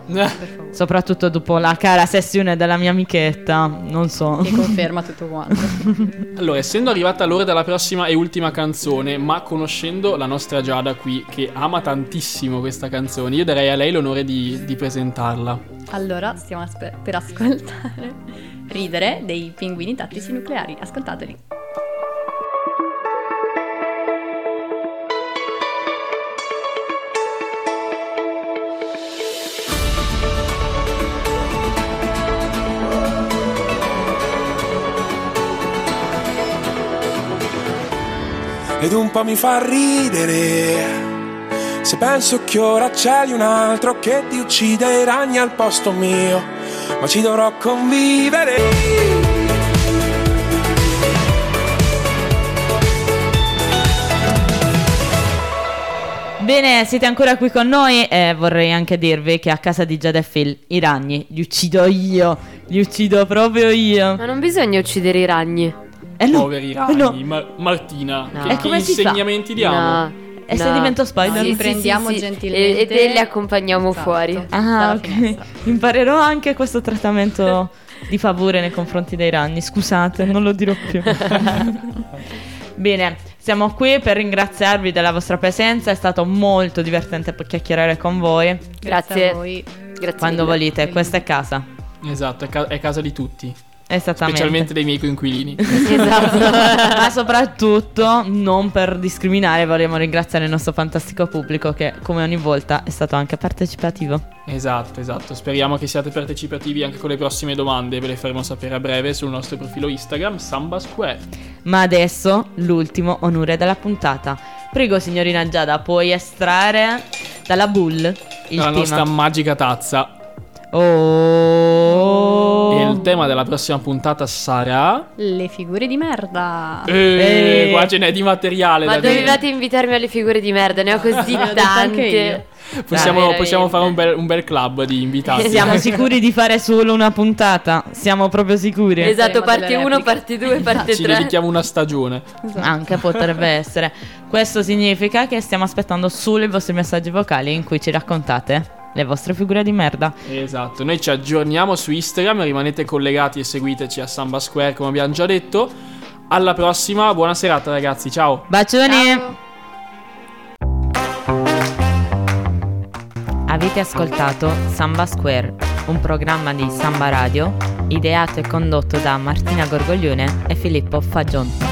S2: Soprattutto dopo la cara sessione della mia amichetta, non so.
S9: Che conferma tutto quanto.
S1: Allora, essendo arrivata l'ora della prossima e ultima canzone, ma conoscendo la nostra Giada qui, che ama tantissimo questa canzone, io darei a lei l'onore di, di presentarla.
S9: Allora, stiamo aspe- per ascoltare Ridere dei pinguini tattici nucleari. Ascoltateli.
S11: ed un po' mi fa ridere. Se penso che ora c'è un altro che ti uccide i ragni al posto mio, ma ci dovrò convivere.
S2: Bene, siete ancora qui con noi e vorrei anche dirvi che a casa di Giada e Phil i ragni li uccido io, li uccido proprio io.
S8: Ma non bisogna uccidere i ragni.
S2: E no,
S1: Poveri
S2: eh
S1: ragni,
S2: no.
S1: Ma- Martina,
S8: No.
S1: che,
S8: E
S1: che
S2: come si fa?
S1: insegnamenti diamo?
S8: No,
S2: E se
S8: no.
S2: divento Spider?
S9: Li
S8: Sì, sì,
S9: prendiamo
S8: sì, sì.
S9: gentilmente.
S8: E- ed- e li accompagniamo
S9: Esatto.
S8: fuori.
S2: Ah,
S9: Dalla
S2: ok.
S9: finestra.
S2: Imparerò anche questo trattamento di favore nei confronti dei ragni. Scusate, non lo dirò più. Bene, siamo qui per ringraziarvi della vostra presenza. È stato molto divertente chiacchierare con voi.
S8: Grazie.
S9: a voi.
S8: Grazie.
S2: Quando
S8: mille.
S2: volete, questa è casa.
S1: Esatto, è, ca- è casa di tutti,
S2: Esattamente.
S1: specialmente dei miei coinquilini.
S8: Esatto.
S2: Ma soprattutto, non per discriminare, vorremmo ringraziare il nostro fantastico pubblico che, come ogni volta, è stato anche partecipativo.
S1: esatto, esatto. Speriamo che siate partecipativi anche con le prossime domande, ve le faremo sapere a breve sul nostro profilo Instagram Samba Square.
S2: Ma adesso l'ultimo onore della puntata. Prego, signorina Giada, puoi estrarre dalla Bull il
S1: la
S2: tema.
S1: nostra magica tazza. E
S2: Oh.
S1: il tema della prossima puntata sarà.
S9: Le figure di merda.
S1: Eh,
S2: Eh.
S1: Qua ce n'è di materiale
S8: Ma
S1: da dire.
S8: dovevate invitarmi alle figure di merda, ne ho così
S9: L'ho detto anche
S8: tante.
S9: io.
S1: Possiamo,
S8: Dai,
S1: possiamo
S8: veramente.
S1: fare un bel, un bel club di invitati.
S2: Siamo sicuri di fare solo una puntata? Siamo proprio sicuri?
S8: Esatto,
S9: Faremo
S8: parte
S9: delle
S8: 1,
S9: repliche.
S8: parte 2, parte
S1: Ci
S8: 3.
S1: dedichiamo una stagione.
S9: Esatto. Ah,
S2: Anche potrebbe essere. Questo significa che stiamo aspettando solo i vostri messaggi vocali in cui ci raccontate le vostre figure di merda.
S1: Esatto, noi ci aggiorniamo su Instagram, rimanete collegati e seguiteci a Samba Square come abbiamo già detto. Alla prossima, buona serata ragazzi, ciao!
S2: Bacioni!
S9: eh.
S2: Avete ascoltato Samba Square, un programma di Samba Radio ideato e condotto da Martina Gorgoglione e Filippo Fagion.